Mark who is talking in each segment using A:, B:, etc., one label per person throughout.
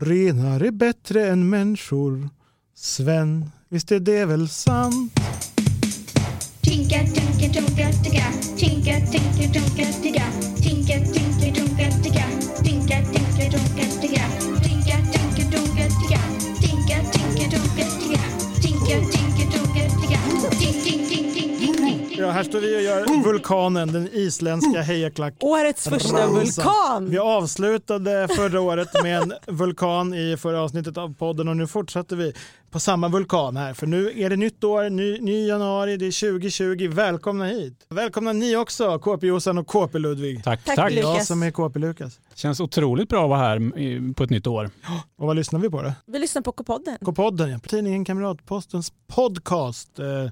A: Renar är bättre än människor. Sven, visst är det väl sant?
B: Tinka, tinka, tonka, ticka. Tinka, tinka, tonka, ticka. Tinka, tinka, tonka, ticka. Tinka, tinka, tonka, ticka. Tinka, tinka, tonka, ticka. Tinka, tinka, tonka, ticka. Tinka, tinka, tonka, ticka. Tink, tink, tink, tink, tink, tink.
A: Ja, här står vi och gör Vulkanen, den isländska hejaklack.
C: Årets första
A: Ramsan.
C: vulkan!
A: Vi avslutade förra året med en vulkan i förra avsnittet av podden och nu fortsätter vi på samma vulkan här för nu är det nytt år, ny, ny januari, det är 2020. Välkomna hit! Välkomna ni också, KP Jossan och KP Ludvig.
D: Tack,
C: Tack,
D: tack.
C: Lukas.
A: Jag som är KP Lukas.
D: Känns otroligt bra att vara här eh, på ett nytt år.
A: Och vad lyssnar vi på då?
C: Vi lyssnar på K-podden.
A: K-podden, ja. tidningen Kamratpostens podcast. Eh,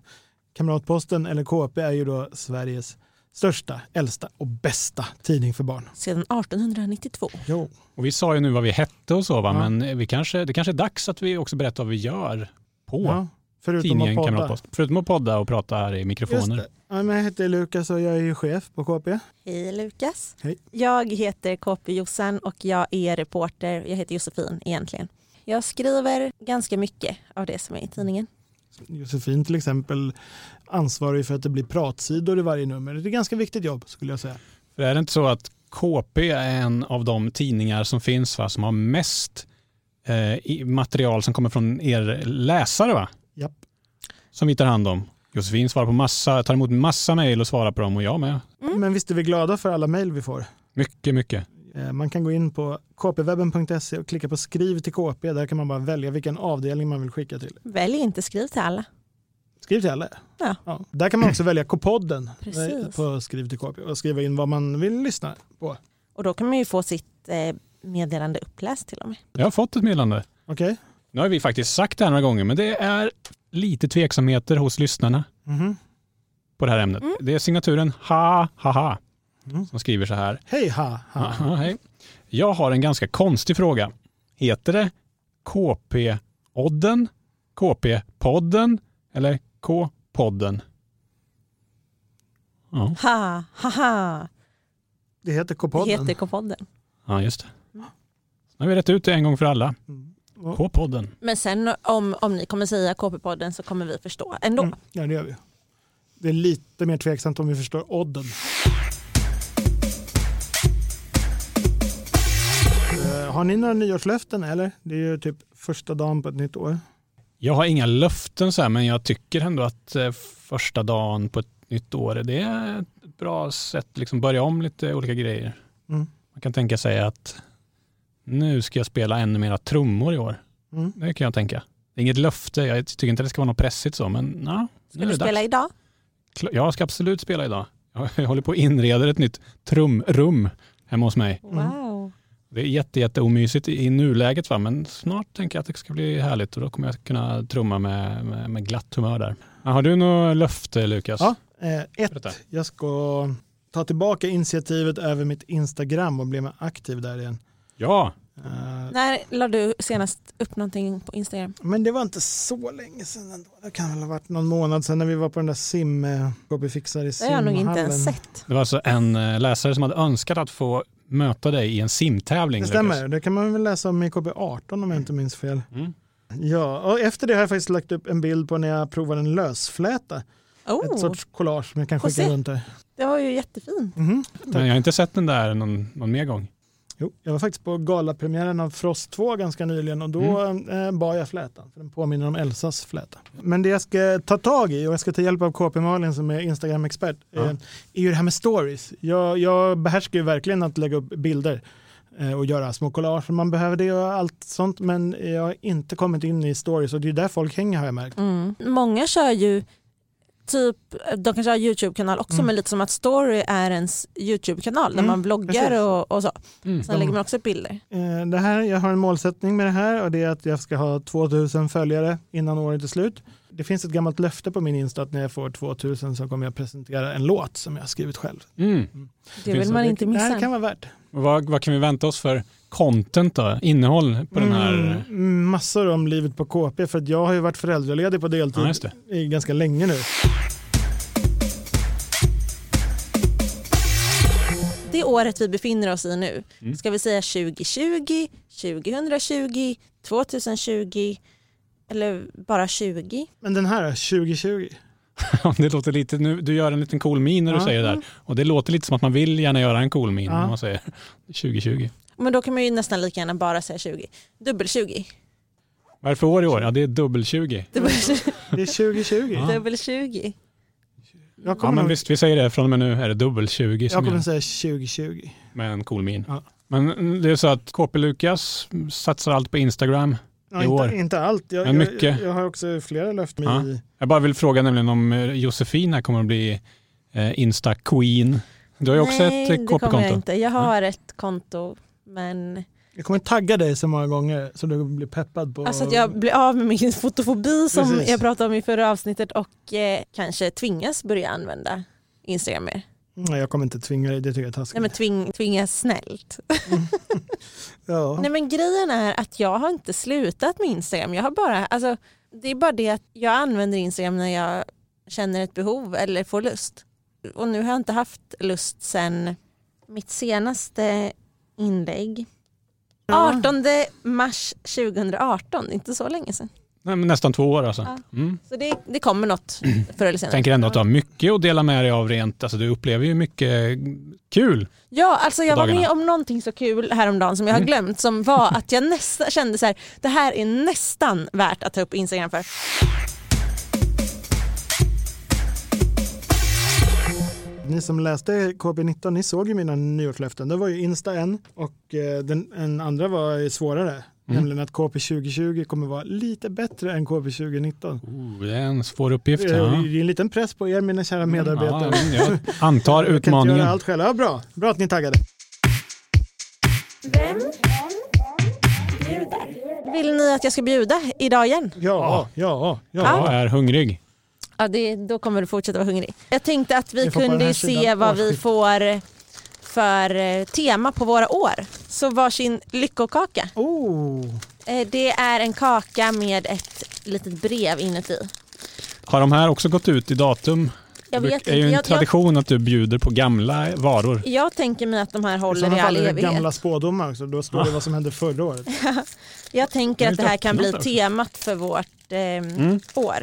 A: Kamratposten, eller KP, är ju då Sveriges största, äldsta och bästa tidning för barn.
C: Sedan 1892.
A: Jo.
D: Och vi sa ju nu vad vi hette och så, va?
A: Ja.
D: men vi kanske, det kanske är dags att vi också berättar vad vi gör på
A: Ja, förutom att
D: tidningen
A: podda.
D: Kamratpost. Förutom att podda och prata här i
A: Just
D: mikrofoner.
A: det. Ja, men jag heter Lukas och jag är ju chef på KP.
C: Hej Lukas.
A: Hej.
C: Jag heter KP Jossan och jag är reporter. Jag heter Josefin egentligen. Jag skriver ganska mycket av det som är i tidningen.
A: Josefin till exempel ansvarig för att det blir pratsidor i varje nummer. Det är ett ganska viktigt jobb skulle jag säga.
D: För är det inte så att KP är en av de tidningar som finns va, som har mest eh, i- material som kommer från er läsare va?
A: Japp.
D: Som vi tar hand om. Josefin svarar på massa, tar emot massa mejl och svarar på dem och jag med.
C: Mm.
A: Men visst är vi glada för alla mejl vi får.
D: Mycket, mycket.
A: Eh, Man kan gå in på kpwebben.se och klicka på skriv till KP. Där kan man bara välja vilken avdelning man vill skicka till.
C: Välj inte skriv till alla.
A: Skriv till alla.
C: Ja.
A: Där kan man också välja K-podden
C: Precis.
A: eh, på skriv till KP och skriva in vad man vill lyssna på.
C: Och då kan man ju få sitt eh, meddelande uppläst till och med.
D: Jag har fått ett meddelande.
A: Okej?
D: Nu har vi faktiskt sagt det här några gånger, men det är lite tveksamheter hos lyssnarna
A: Mhm.
D: på det här ämnet. Det är signaturen ha ha ha
A: Mm.
D: som skriver så här.
A: Hej ha, ha.
D: Aha, hej. Jag har en ganska konstig fråga. Heter det KP-odden, KP-podden eller K-podden? Ja,
C: Ha, ha, ha.
A: Det heter
C: Det
A: K-podden.
C: heter K-podden.
D: ja just det. Nu har vi rätt ut det en gång för alla.
A: Mm. Och-
D: K-podden.
C: Men sen om, om ni kommer säga KP-podden så kommer vi förstå ändå.
A: Mm. Ja, det gör vi. Det är lite mer tveksamt om vi förstår odden. Eh, Har ni några nyårslöften eller? Det är ju typ första dagen på ett nytt år.
D: Jag har inga löften så här, men jag tycker ändå att eh, första dagen på ett nytt år, det är ett bra sätt att liksom börja om lite olika grejer.
A: Mm.
D: Man kan tänka sig att nu ska jag spela ännu mera trummor i år.
A: Mm.
D: Det kan jag tänka. Det är inget löfte, jag tycker inte det ska vara något pressigt så, men na, nu
C: Ska
D: är
C: du
D: det
C: spela
D: dags.
C: idag?
D: Kla- Jag ska absolut spela idag. Jag- Jag håller på och inreder ett nytt trumrum hemma hos mig.
C: Wow.
D: Det är jätte, jätte omysigt i i nuläget, va? men snart tänker jag att det ska bli härligt och då kommer jag kunna trumma med, med, med glatt humör där. Ja, Har du något löfte Lukas?
A: Ja, eh, ett.
D: Berätta.
A: Jag ska ta tillbaka initiativet över mitt Instagram och bli mer aktiv där igen.
D: Ja,
A: Eh,
C: När la du senast upp någonting på Instagram?
A: Men det var inte så länge sedan ändå. Det kan väl ha varit någon månad sedan när vi var på den där sim... eh, KB fixar i
C: Det har jag nog inte ens
A: simhallen.
C: sett.
D: det var alltså en eh, läsare som hade önskat att få möta dig i en simtävling.
A: Det
D: Lukas.
A: stämmer, det kan man väl läsa om i KB18 om jag inte minns fel.
D: Mm.
A: Ja, och efter det har jag faktiskt lagt upp en bild på när jag provar en lösfläta. Ett
C: Oh,
A: sorts collage som jag kan
C: Får
A: skicka
C: se.
A: runt där.
C: det var ju jättefint.
A: Mhm.
D: Men jag har inte sett den där någon, någon mer gång.
A: Jo, jag var faktiskt på galapremiären av Frost 2 ganska nyligen och då eh, bar jag flätan. För den påminner om Elsas fläta. Men det jag ska ta tag i och jag ska ta hjälp av KP Malin som är Instagram-expert
D: Ja.
A: eh, är ju det här med stories. Jag, jag behärskar ju verkligen att lägga upp bilder eh, och göra små collage om man behöver det och allt sånt. Men jag har inte kommit in i stories och det är där folk hänger har jag märkt.
C: Mm. Många kör ju typ, de kanske har YouTube-kanal också
A: Mm.
C: men lite som att story är ens YouTube-kanal där
A: Mm,
C: man bloggar
A: precis.
C: och, och så.
D: Mm.
C: Sen lägger man också upp bilder.
A: Eh, Det här, jag har en målsättning med det här och det är att jag ska ha 2000 följare innan året är slut. Det finns ett gammalt löfte på min Insta att när jag får 2000 så kommer jag presentera en låt som jag har skrivit själv.
D: Mm.
C: Det
D: Finns
C: vill
D: det-
C: man inte
A: Det
C: missa.
A: här kan vara värt.
D: Och Vad, vad kan vi vänta oss för content då? Innehåll på den här?
A: Mm, massor om livet på KP för att jag har ju varit föräldraledig på deltid
D: Ja, just det.
A: i ganska länge nu.
C: Det det året vi befinner oss i nu,
D: Mm.
C: ska vi säga 2020, 2020, 2020 eller bara 20?
A: Men den här 2020?
D: Ja, det låter lite, nu, du gör en liten cool min när du
A: Ja.
D: säger det där. Och det låter lite som att man vill gärna göra en cool min
A: Ja.
D: när man säger 2020.
C: Men då kan man ju nästan lika gärna bara säga 20. Dubbel
A: Mm.
C: 20.
D: Vad är det för år i år? Ja, det är dubbel-20.
C: Dubbel,
A: Det är 2020.
D: Ja.
C: dubbel 20.
A: Jag
D: Ja,
A: kommer,
D: men
A: nog-
D: visst, vi säger det. Från och med nu är det dubbel-20
A: jag
D: som
A: kommer
D: gäller
A: säga 2020.
D: med en cool min.
A: Ja.
D: Men eh, det är så att KP Lukas satsar allt på Instagram.
A: Ja,
D: I år.
A: inte, inte allt. Jag,
D: Men
A: jag-
D: mycket.
A: Jag, har också flera löften
D: Ja.
A: i.
D: Jag bara vill fråga nämligen om eh, Josefin här kommer att bli eh, Insta-queen. Du har ju också
C: Nej,
D: ett eh,
C: det kommer jag
D: KP-konto.
C: inte. Jag har ett konto, men
A: Jag kommer tagga dig så många gånger så du blir peppad på...
C: alltså att jag blir av med min fotofobi som
A: Precis.
C: jag pratade om i förra avsnittet och eh, kanske tvingas börja använda Instagram mer.
A: Nej, jag kommer inte tvinga dig, det tycker jag är taskigt.
C: Nej men tving, tvingas snällt.
A: ja.
C: Nej men grejen är att jag har inte slutat med Instagram. Jag har bara, alltså, det är bara det att jag använder Instagram när jag känner ett behov eller får lust. Och nu har jag inte haft lust sen mitt senaste inlägg. 18 mars 2018, inte så länge sedan.
D: Nej, men nästan två år alltså.
C: Ja.
D: Mm.
C: Så det, det kommer något förr eller senare.
D: Tänker ändå att du har mycket att dela med dig av rent, alltså du upplever ju mycket kul.
C: Ja, alltså jag
D: på
C: var
D: dagarna. Mm.
C: med om någonting så kul häromdagen som jag har glömt som var att jag nästan kände så här, det här är nästan värt att ta upp Instagram för.
A: Ni som läste KB19, ni såg ju mina nyårslöften. Det var ju Insta en och eh, den en andra var ju svårare.
D: Mm.
A: Nämligen att KP 2020 kommer vara lite bättre än KP 2019.
D: Oh, det är en svår uppgift.
A: Det är
D: Ja. Mm,
A: ju en liten press på er mina kära medarbetare.
D: Ja, jag antar
A: Jag kan inte göra
D: utmaningen.
A: allt själv. Ja, bra. bra att ni är taggade.
C: Vill ni att jag ska bjuda idag igen?
A: Ja, ja, ja.
D: Jag är hungrig.
C: Ja, det, då kommer du fortsätta vara hungrig. Jag tänkte att vi
A: Vi får på den
C: kunde
A: här
C: se
A: sidan.
C: vad
A: Åh,
C: vi
A: shit.
C: får för eh, tema på våra år. Så varsin lyckokaka.
A: Oh.
C: Eh, Det är en kaka med ett litet brev inuti.
D: Har de här också gått ut i datum?
C: Jag
D: det
C: vet
D: brukar-
C: inte.
D: är ju en
C: Jag, jag,
D: tradition att du bjuder på gamla varor.
C: jag tänker mig att de här
A: I
C: håller i
A: sådana fall
C: all
A: är det
C: evighet.
A: gamla spådomar också. Då står det vad som hände förra året.
C: Jag tänker
D: Jag
C: att det
D: vill
C: här kan
D: öppna
C: bli
D: den också.
C: temat för vårt eh,
A: Mm.
C: år.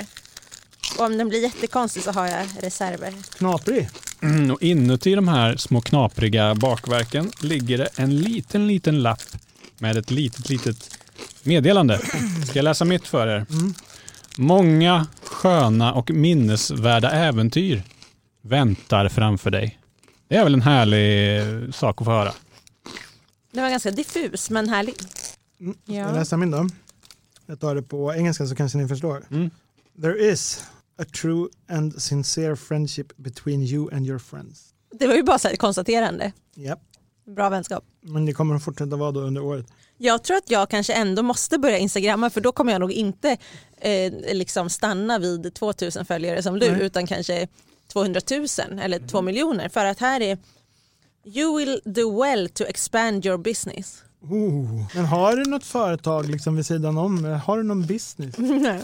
C: Och om den blir jättekonstig så har jag reserver.
A: Knaprig.
D: Mm, och inuti de här små knapriga bakverken ligger det en liten, liten lapp med ett litet, litet meddelande. Ska jag läsa mitt för er? Många sköna och minnesvärda äventyr väntar framför dig. Det är väl en härlig eh, sak att få höra.
C: Den var ganska diffus men härlig.
A: Ska
C: Ja.
A: Mm, jag läsa min då? Jag tar det på engelska så kanske ni förstår.
D: Mm.
A: There is a true and sincere friendship between you and your friends.
C: Det var ju bara så här ett konstaterande.
A: Japp.
C: Bra vänskap.
A: Men det kommer att fortsätta vara då under året.
C: Jag tror att jag kanske ändå måste börja instagramma för då kommer jag nog inte eh, liksom stanna vid 2000 följare som du
A: Nej.
C: utan kanske 200 000 eller 2 miljoner för att här är You will do well to expand your business.
A: Oh. Men har du något företag liksom vid sidan om? Har du någon business?
C: Nej.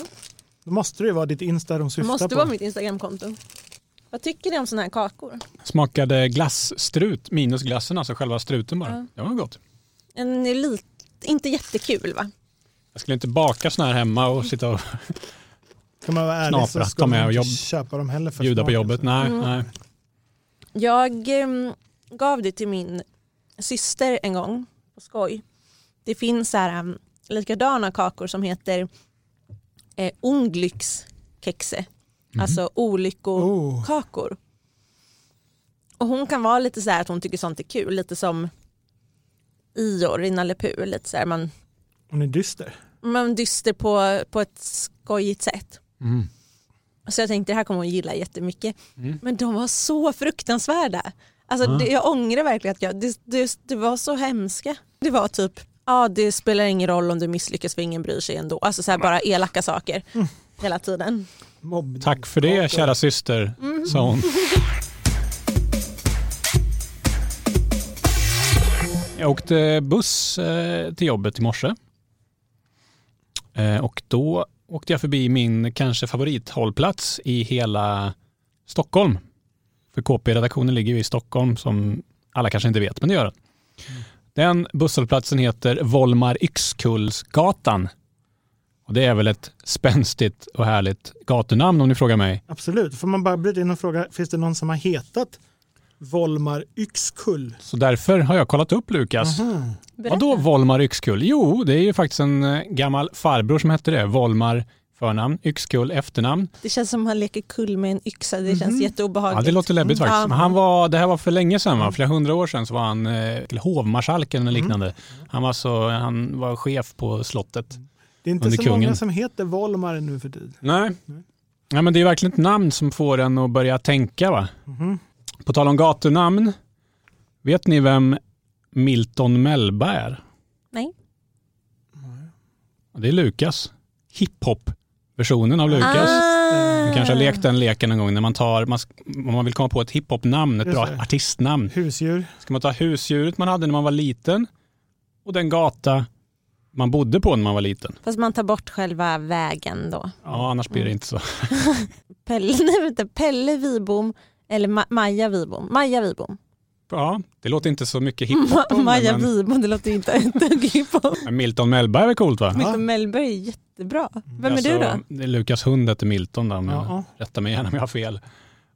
A: Då måste det ju vara ditt Insta de
C: Det
A: syftar
C: måste
A: på.
C: vara mitt instagramkonto. Vad tycker ni om sådana här kakor?
D: Smakade glasstrut minus glassen, alltså själva struten bara.
C: Ja.
D: Det var gott.
C: En är lite, inte jättekul va?
D: Jag skulle inte baka sån här hemma och sitta och
A: Ska man vara ärlig
D: Knapra,
A: så
D: ta
A: ska man
D: med och
A: inte
D: jobb-
A: köpa dem heller. För
D: bjuda på
A: smaken,
D: jobbet.
A: så.
D: Nej,
C: Mm.
D: nej.
C: Jag ehm, gav det till min syster en gång på skoj. Det finns så här, ehm, likadana kakor som heter eh, Unglückskekse. Alltså olyckokakor.
A: Oh.
C: Och hon kan vara lite så här att hon tycker sånt är kul. Lite som Ior i Nalle Puh, lite så här, man,
A: Hon är dyster.
C: man dyster på, på ett skojigt sätt.
D: Mm.
C: Så jag tänkte det här kommer hon gilla jättemycket.
D: Mm.
C: Men de var så fruktansvärda. Alltså,
D: Ah.
C: det, jag ångrar verkligen att jag, det, det, det var så hemska. Det var typ, ja det spelar ingen roll om du misslyckas för ingen bryr sig ändå. Alltså så här, bara elaka saker
D: Mm.
C: hela tiden.
A: Mobb.
D: Tack för det kära syster, sa hon. Jag åkte buss eh, till jobbet i morse. Eh, Och då åkte jag förbi min kanske favorithållplats i hela Stockholm. För KP-redaktionen ligger ju i Stockholm som alla kanske inte vet, men det gör den. Den busshållplatsen heter Volmar Yxkullsgatan. Och det är väl ett spänstigt och härligt gatunamn om ni frågar mig.
A: Absolut, får man bara bryta in och fråga, finns det någon som har hetat Volmar Yxkull?
D: Så därför har jag kollat upp Lukas.
A: Aha.
C: Mhm. Berätta.
D: Vadå Volmar Yxkull? Jo, det är ju faktiskt en eh, gammal farbror som hette det. Volmar förnamn, Yxkull efternamn.
C: Det känns som han leker kull med en yxa. Det känns
A: Mhm.
C: jätteobehagligt.
D: Ja, det låter läbbigt
C: Mm.
D: faktiskt.
C: Ja.
D: Men han var, det här var för länge sedan, va? flera hundra år sedan, så var han eh, hovmarskalken eller
C: Mm.
D: liknande. Han, var så, han var chef på slottet.
A: Det är inte
D: Under
A: så
D: kungen.
A: många som heter Volmar nu för tiden.
D: Nej. Ja, men det är verkligen ett namn som får en att börja tänka. Va?
A: Mhm.
D: På tal om gatunamn, vet ni vem Milton Mellberg är?
C: Nej.
D: Det är Lukas. Hiphop-versionen av Lukas.
C: Ah.
D: Du kanske har lekt den leken en gång när man tar, man, sk- om man vill komma på ett hiphop-namn, ett
A: Just
D: bra
A: det.
D: artistnamn.
A: Husdjur.
D: Ska man ta husdjuret man hade när man var liten och den gata man bodde på när man var liten.
C: Fast man tar bort själva vägen då.
D: Ja, annars blir det
A: Mm.
D: inte så.
C: Pelle, nej, vänta, Pelle Vibom eller Ma- Maja Vibom. Maja Vibom.
D: Ja, det låter inte så mycket hiphop.
C: Ma- Maja
D: men,
C: Vibom, det låter inte ett dugg hiphop.
D: men Milton Mellberg är väl coolt va?
C: Milton Mellberg är jättebra. Vem är du då?
D: Alltså, det är Lukas hund heter Milton då, men
A: Ja.
D: rätta mig gärna om jag har fel.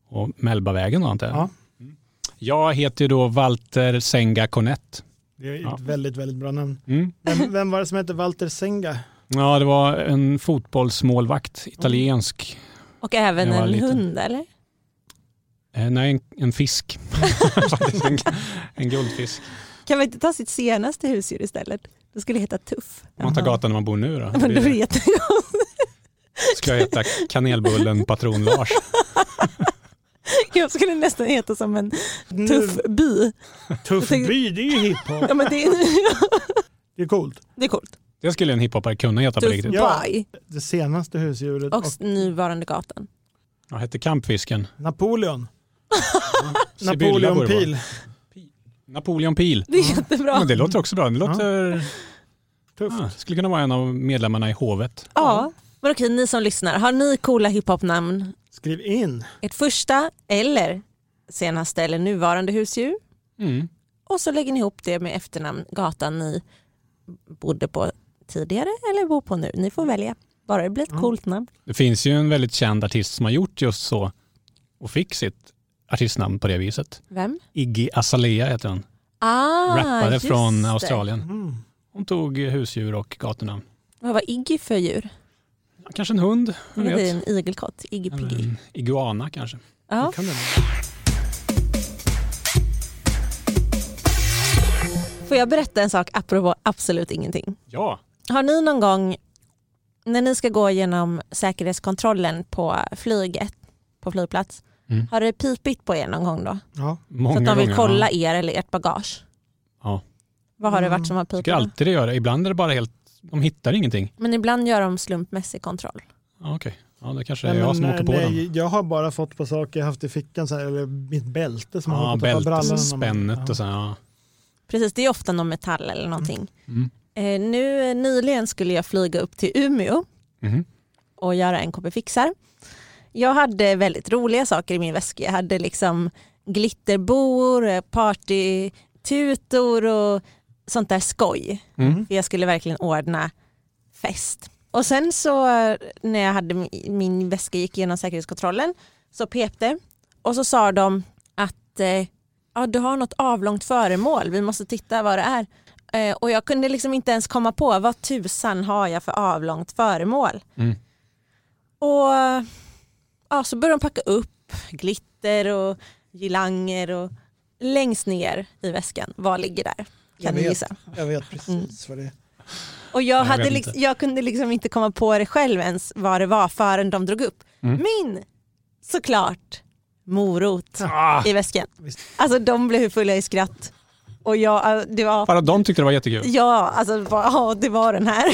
D: Och Mellbavägen då antar jag.
A: Ja.
D: Mm. Jag heter ju då Walter Senga Cornett.
A: Det är ett
D: Ja.
A: väldigt, väldigt bra namn.
D: Mm.
A: Vem, vem var det som hette Walter Senga?
D: Ja, det var en fotbollsmålvakt, italiensk.
C: Och även
D: Jag var
C: en
D: liten.
C: hund eller?
D: Eh, nej, en, en fisk. Faktiskt en, en guldfisk.
C: Kan man inte ta sitt senaste husdjur istället? Det skulle heta Tuff.
D: Om man tar gatan när man bor nu då.
C: Men då
D: Det-
C: vet jag.
D: Ska jag heta kanelbullen patron Lars?
C: Jag skulle nästan heta som en
A: Nu-
C: tuff by.
A: Tuff
C: tänkte-
A: by, det är ju hiphop.
C: Ja, men det, är,
A: Det är coolt.
C: det är coolt.
D: Det skulle en hiphopare kunna heta på
C: Tuff
D: riktigt.
A: Ja.
C: by.
A: Det senaste husdjuret och,
C: Och nuvarande gatan.
D: Jag hette Kampfisken.
A: Napoleon.
D: Sibylla
A: Napoleon
D: borde det vara.
A: Pil.
D: Napoleon Pil.
C: Det är jättebra.
D: Men det låter också bra. Det låter...
A: Tufft.
D: Ah, skulle kunna vara en av medlemmarna i hovet.
C: Ja. Mm. Men okej, ni som lyssnar, har ni coola hiphopnamn?
A: Skriv in.
C: Ert första eller senaste eller nuvarande husdjur?
D: Mm.
C: Och så lägger ni ihop det med efternamn, gatan ni bodde på tidigare eller bor på nu. Ni får välja. Bara det blir ett coolt namn.
D: Det finns ju en väldigt känd artist som har gjort just så och fick sitt artistnamn på det viset.
C: Vem?
D: Iggy Azalea heter hon.
C: Ah,
D: Rappare
C: just
D: från
C: det.
D: Australien.
A: Mm.
D: Hon tog husdjur och gatunamn.
C: Vad var Iggy för djur?
D: Ja, Kanske en hund,
C: Det
D: vem
C: är
D: vet? Mm.
C: en igelkott, Iggy
D: Eller
C: Piggy.
D: en iguana kanske.
C: Ja.
A: Kan det vara.
C: Får jag berätta en sak apropå absolut ingenting?
D: Ja,
C: Har ni någon gång när ni ska gå igenom säkerhetskontrollen på flyget, på flygplats,
D: Mm.
C: har det pipit på er någon gång då?
A: Ja.
D: många
C: så att de vill
D: gånger.
C: kolla er eller ert bagage?
D: Ja.
C: Vad har det
A: Mm.
C: varit som har
D: Jag
C: pipit?
D: tycker alltid det gör det. Ibland är det bara helt, de hittar ingenting.
C: Men ibland gör de slumpmässig kontroll.
D: Ja, Okej, ja, det kanske är
A: Nej, men,
D: jag som åker på
A: nej,
D: den.
A: Jag har bara fått på saker jag haft i fickan, så här, eller mitt bälte som har
D: Ja,
A: hållit på att ta brallan.
D: bältespännet Ah, och så. här, Ja.
C: Precis, det är ofta någon metall eller någonting.
D: Mm.
C: Eh, nu eh, nyligen skulle jag flyga upp till Umeå
D: Mhm.
C: och göra en KP Fixar. Jag hade väldigt roliga saker i min väska. Jag hade liksom glitterbor, eh, partytutor och sånt där skoj.
D: Mm.
C: För Jag skulle verkligen ordna fest. Och sen så eh, när jag hade min, min väska gick igenom säkerhetskontrollen så pep det och så sa de att eh, ja, du har något avlångt föremål, vi måste titta vad det är. Eh, och jag kunde liksom inte ens komma på vad tusan har jag för avlångt föremål.
D: Mm.
C: Och ja, så började de packa upp glitter och girlanger och längst ner i väskan, vad ligger där?
A: Jag
C: Kan ni
A: vet.
C: gissa?
A: Jag vet precis vad det är.
C: Och jag,
D: Jag
C: hade
D: vet
C: liksom,
D: inte.
C: jag kunde liksom inte komma på det själv ens vad det var förrän de drog upp
D: Mm.
C: min såklart morot
D: Ah,
C: i väskan.
A: Visst.
C: Alltså de blev fulla i skratt. Och jag, äh, det var,
D: bara de tyckte det var jättekul.
C: ja, alltså, bara, ja, det var den här.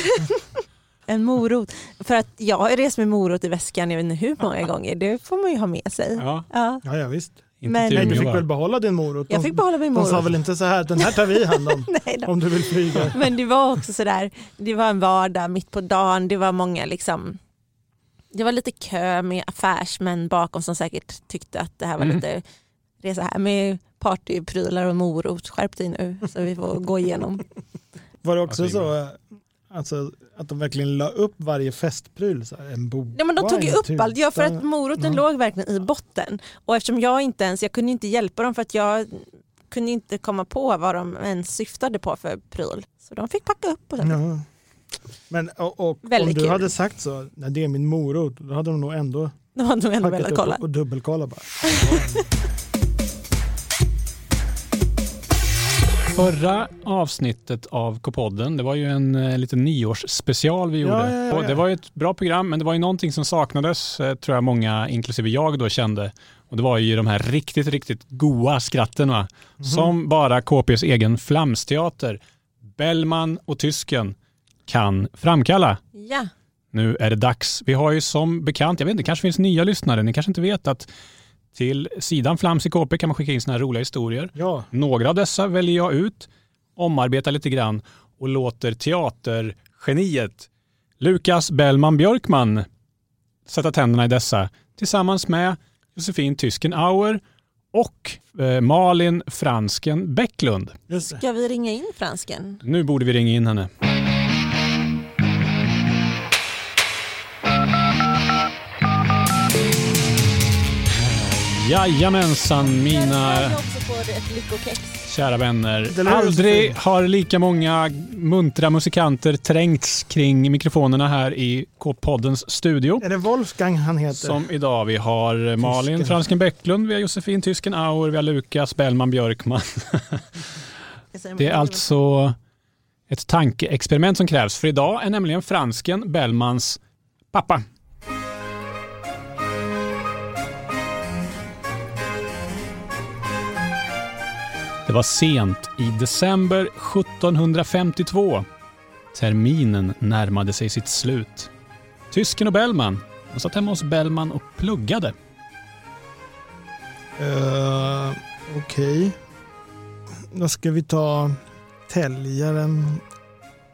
C: en morot. För att jag har ju rest med morot i väskan jag vet inte hur många gånger. Det får man ju ha med sig.
D: Ja,
C: Ja.
A: Ja, ja visst.
D: inte
C: Men-
D: till
A: Nej, du
D: Umeå,
A: fick
D: va?
A: väl behålla din morot?
C: Jag
A: De-
C: fick behålla min
A: De sa
C: morot.
A: väl inte så här, den här tar vi hand om,
C: Nej då.
A: om du vill flyga.
C: Men det var också sådär, det var en vardag mitt på dagen, det var många liksom det var lite kö med affärsmän bakom som säkert tyckte att det här var
D: Mm.
C: lite det är så här med partyprylar och morot, skärp dig nu så vi får gå igenom.
A: Var det också
D: Ja, det är
A: så eh, alltså, att de verkligen la upp varje festpryl? Så här, en bok,
C: Nej, men de tog ju upp allt, ja, för att moroten
A: Mm.
C: låg verkligen i botten. Och eftersom jag inte ens, jag kunde inte hjälpa dem för att jag kunde inte komma på vad de ens syftade på för pryl. Så de fick packa upp och sen,
A: Ja. Men och, och om du
C: Väldigt kul.
A: hade sagt så, nej, det är min morot, då hade de nog ändå
C: de hade nog ändå
A: packat
C: velat
A: upp
C: kolla.
A: och dubbelkolla bara.
D: Förra avsnittet av K-podden, det var ju en eh, liten nyårsspecial vi gjorde.
A: Ja, ja, ja,
D: Och
A: ja.
D: Det var ju ett bra program, men det var ju någonting som saknades, eh, tror jag många, inklusive jag då, kände. Och det var ju de här riktigt, riktigt goa skratten va?
A: Mhm.
D: Som bara KPs egen flamsteater, Bellman och tysken, kan framkalla.
C: Ja,
D: Nu är det dags. Vi har ju som bekant, jag vet inte, det kanske finns nya lyssnare, ni kanske inte vet att till sidan Flams i KP kan man skicka in såna här roliga historier.
A: Ja,
D: Några av dessa väljer jag ut, omarbetar lite grann och låter teatergeniet Lukas Bellman Björkman sätta tänderna i dessa tillsammans med Josefin Tysken Auer och eh, Malin Fransken Bäcklund.
A: just det.
C: ska vi ringa in fransken?
D: Nu borde vi ringa in henne. Jajamensan mina
C: Jag också på ett lyckokex.
D: Kära vänner,
A: Eller hur,
D: aldrig
A: Josefin?
D: har lika många muntra musikanter trängts kring mikrofonerna här i K-poddens studio.
A: Är det Wolfgang han heter?
D: Som idag. Vi har eh, Malin
A: Tysken.
D: Fransken Bäcklund, vi har Josefin Tysken Auer, vi har Lukas Bellman Björkman. Det är alltså ett tankeexperiment som krävs, för idag är nämligen Fransken Bellmans pappa. Det var sent i december 1752. Terminen närmade sig sitt slut. Tysken och Bellman, de satt hemma hos Bellman och pluggade.
A: Eh, Okej. Då ska vi ta täljaren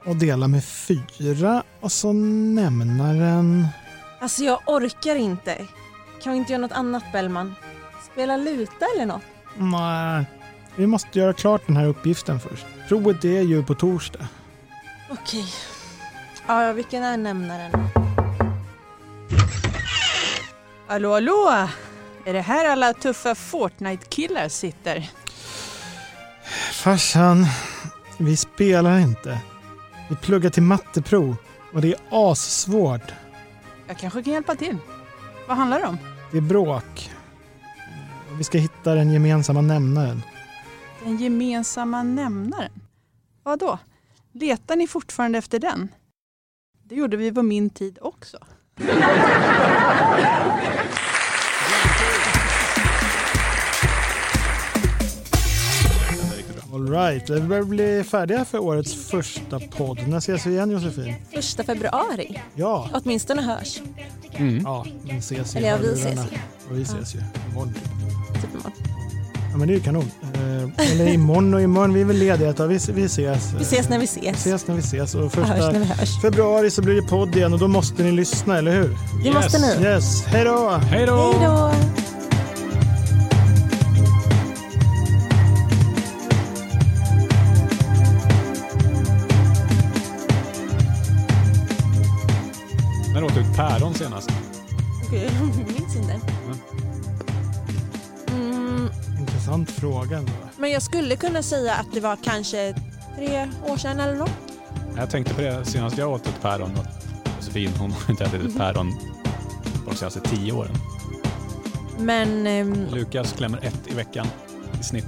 A: och dela med fyra och så nämnaren.
C: Alltså jag orkar inte. Kan vi inte göra något annat Bellman? Spela luta eller något?
A: Nej, vi måste göra klart den här uppgiften först. Provet är ju på torsdag.
C: Okej. Ja, vilken är nämnaren? Hallå, hallå!
E: Är det här alla tuffa Fortnite-killar sitter?
A: Farsan, vi spelar inte. Vi pluggar till matteprov och det är assvårt.
E: Jag kanske kan hjälpa till. Vad handlar det om?
A: Det är bråk. Vi ska hitta den gemensamma nämnaren.
E: Den gemensamma nämnaren. Vad då? Letar ni fortfarande efter den? Det gjorde vi på min tid också.
A: All right, vi börjar bli färdiga för årets första podd. När ses vi igen Josefin?
C: Första februari.
A: Ja,
C: Åtminstone hörs.
D: Mm.
A: ja vi ses ju. i
C: Eller ja, vi
A: hörlurarna.
C: ses ju.
A: Och vi ses ju. Imorgon.
C: Typ imorgon.
A: Ja, men det är ju kanon. Eh, eller imorgon och imorgon, vi är väl lediga ett tag. Vi, vi ses. eh,
C: Vi ses när vi ses.
A: ses när vi ses. Och
C: Och hörs
A: första
C: när vi hörs.
A: februari så blir det podd igen och då måste ni lyssna, eller hur?
C: Det måste
D: Yes.
C: ni.
A: Yes, hej då!
D: Hej då!
C: Hej då!
D: När åt du ett päron senast?
C: Gud, jag minns inte. Mm,
A: Intressant fråga ändå.
C: men jag skulle kunna säga att det var kanske tre år sedan eller något.
D: Jag tänkte på det senast jag åt ett päron. att Josefin hon har inte
C: Mhm.
D: ätit ett päron på de senaste tio åren.
C: Men ehm,
D: Lukas klämmer ett i veckan i snitt.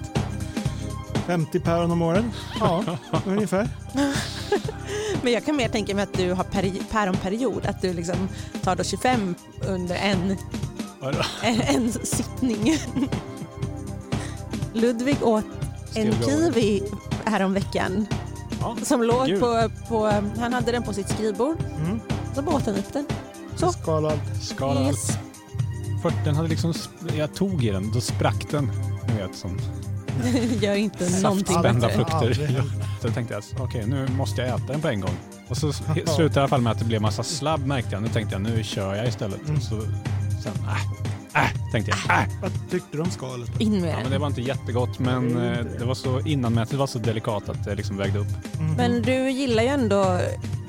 A: 50 päron om året? Ja, ungefär.
C: Men jag kan mer tänka mig att du har peri- päronperiod, att du liksom tar då 25 under en,
D: Vadå?
C: en, en sittning. Ludvig åt en
D: Still going.
C: kiwi häromveckan
D: Ja.
C: som låg
D: Gud.
C: på, på, han hade den på sitt skrivbord,
A: Mm.
C: så bara åt han upp den. Så.
A: Skalad.
D: Skala yes.
C: Yes.
D: Den hade liksom, sp- jag tog i den, då sprack den. Ni vet, som
C: Gör inte någonting
D: saftspända
C: bättre.
A: Aldrig
D: frukter.
A: hänt.
D: Så då tänkte jag, okej nu måste jag äta den på en gång. Och så s-
A: Jaha.
C: Mm.
D: slutade i alla fall med att det blev massa slabb märkte jag. Nu tänkte jag, nu kör jag istället.
A: Mm.
D: Så sen, äh, Äh, tänkte jag. Äh.
A: Vad tyckte du om skalet?
F: In med
D: Ja,
F: den.
D: men det var inte jättegott, men eh, det var så innanmätet var så delikat att det liksom vägde upp.
A: Mm.
F: Men du gillar ju ändå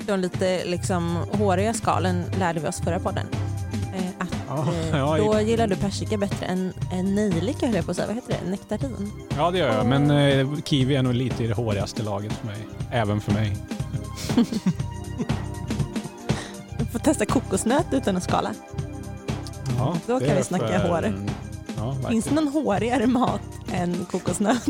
F: de lite liksom håriga skalen lärde vi oss förra podden. Eh, att,
D: Ja,
F: eh,
D: ja,
F: då gillar du persika bättre än, än nejlika höll jag på att säga. Vad heter det? Nektarin?
D: Ja, det gör jag. Men eh, kiwi är nog lite i det hårigaste laget för mig. Även för
F: Mm.
D: mig.
F: Du får testa kokosnöt utan att skala.
D: Ja,
F: Då
D: det
F: kan
D: är
F: vi snacka
D: för-
F: hår.
D: Ja,
F: Finns det
D: verkligen.
F: någon hårigare mat än kokosnöt?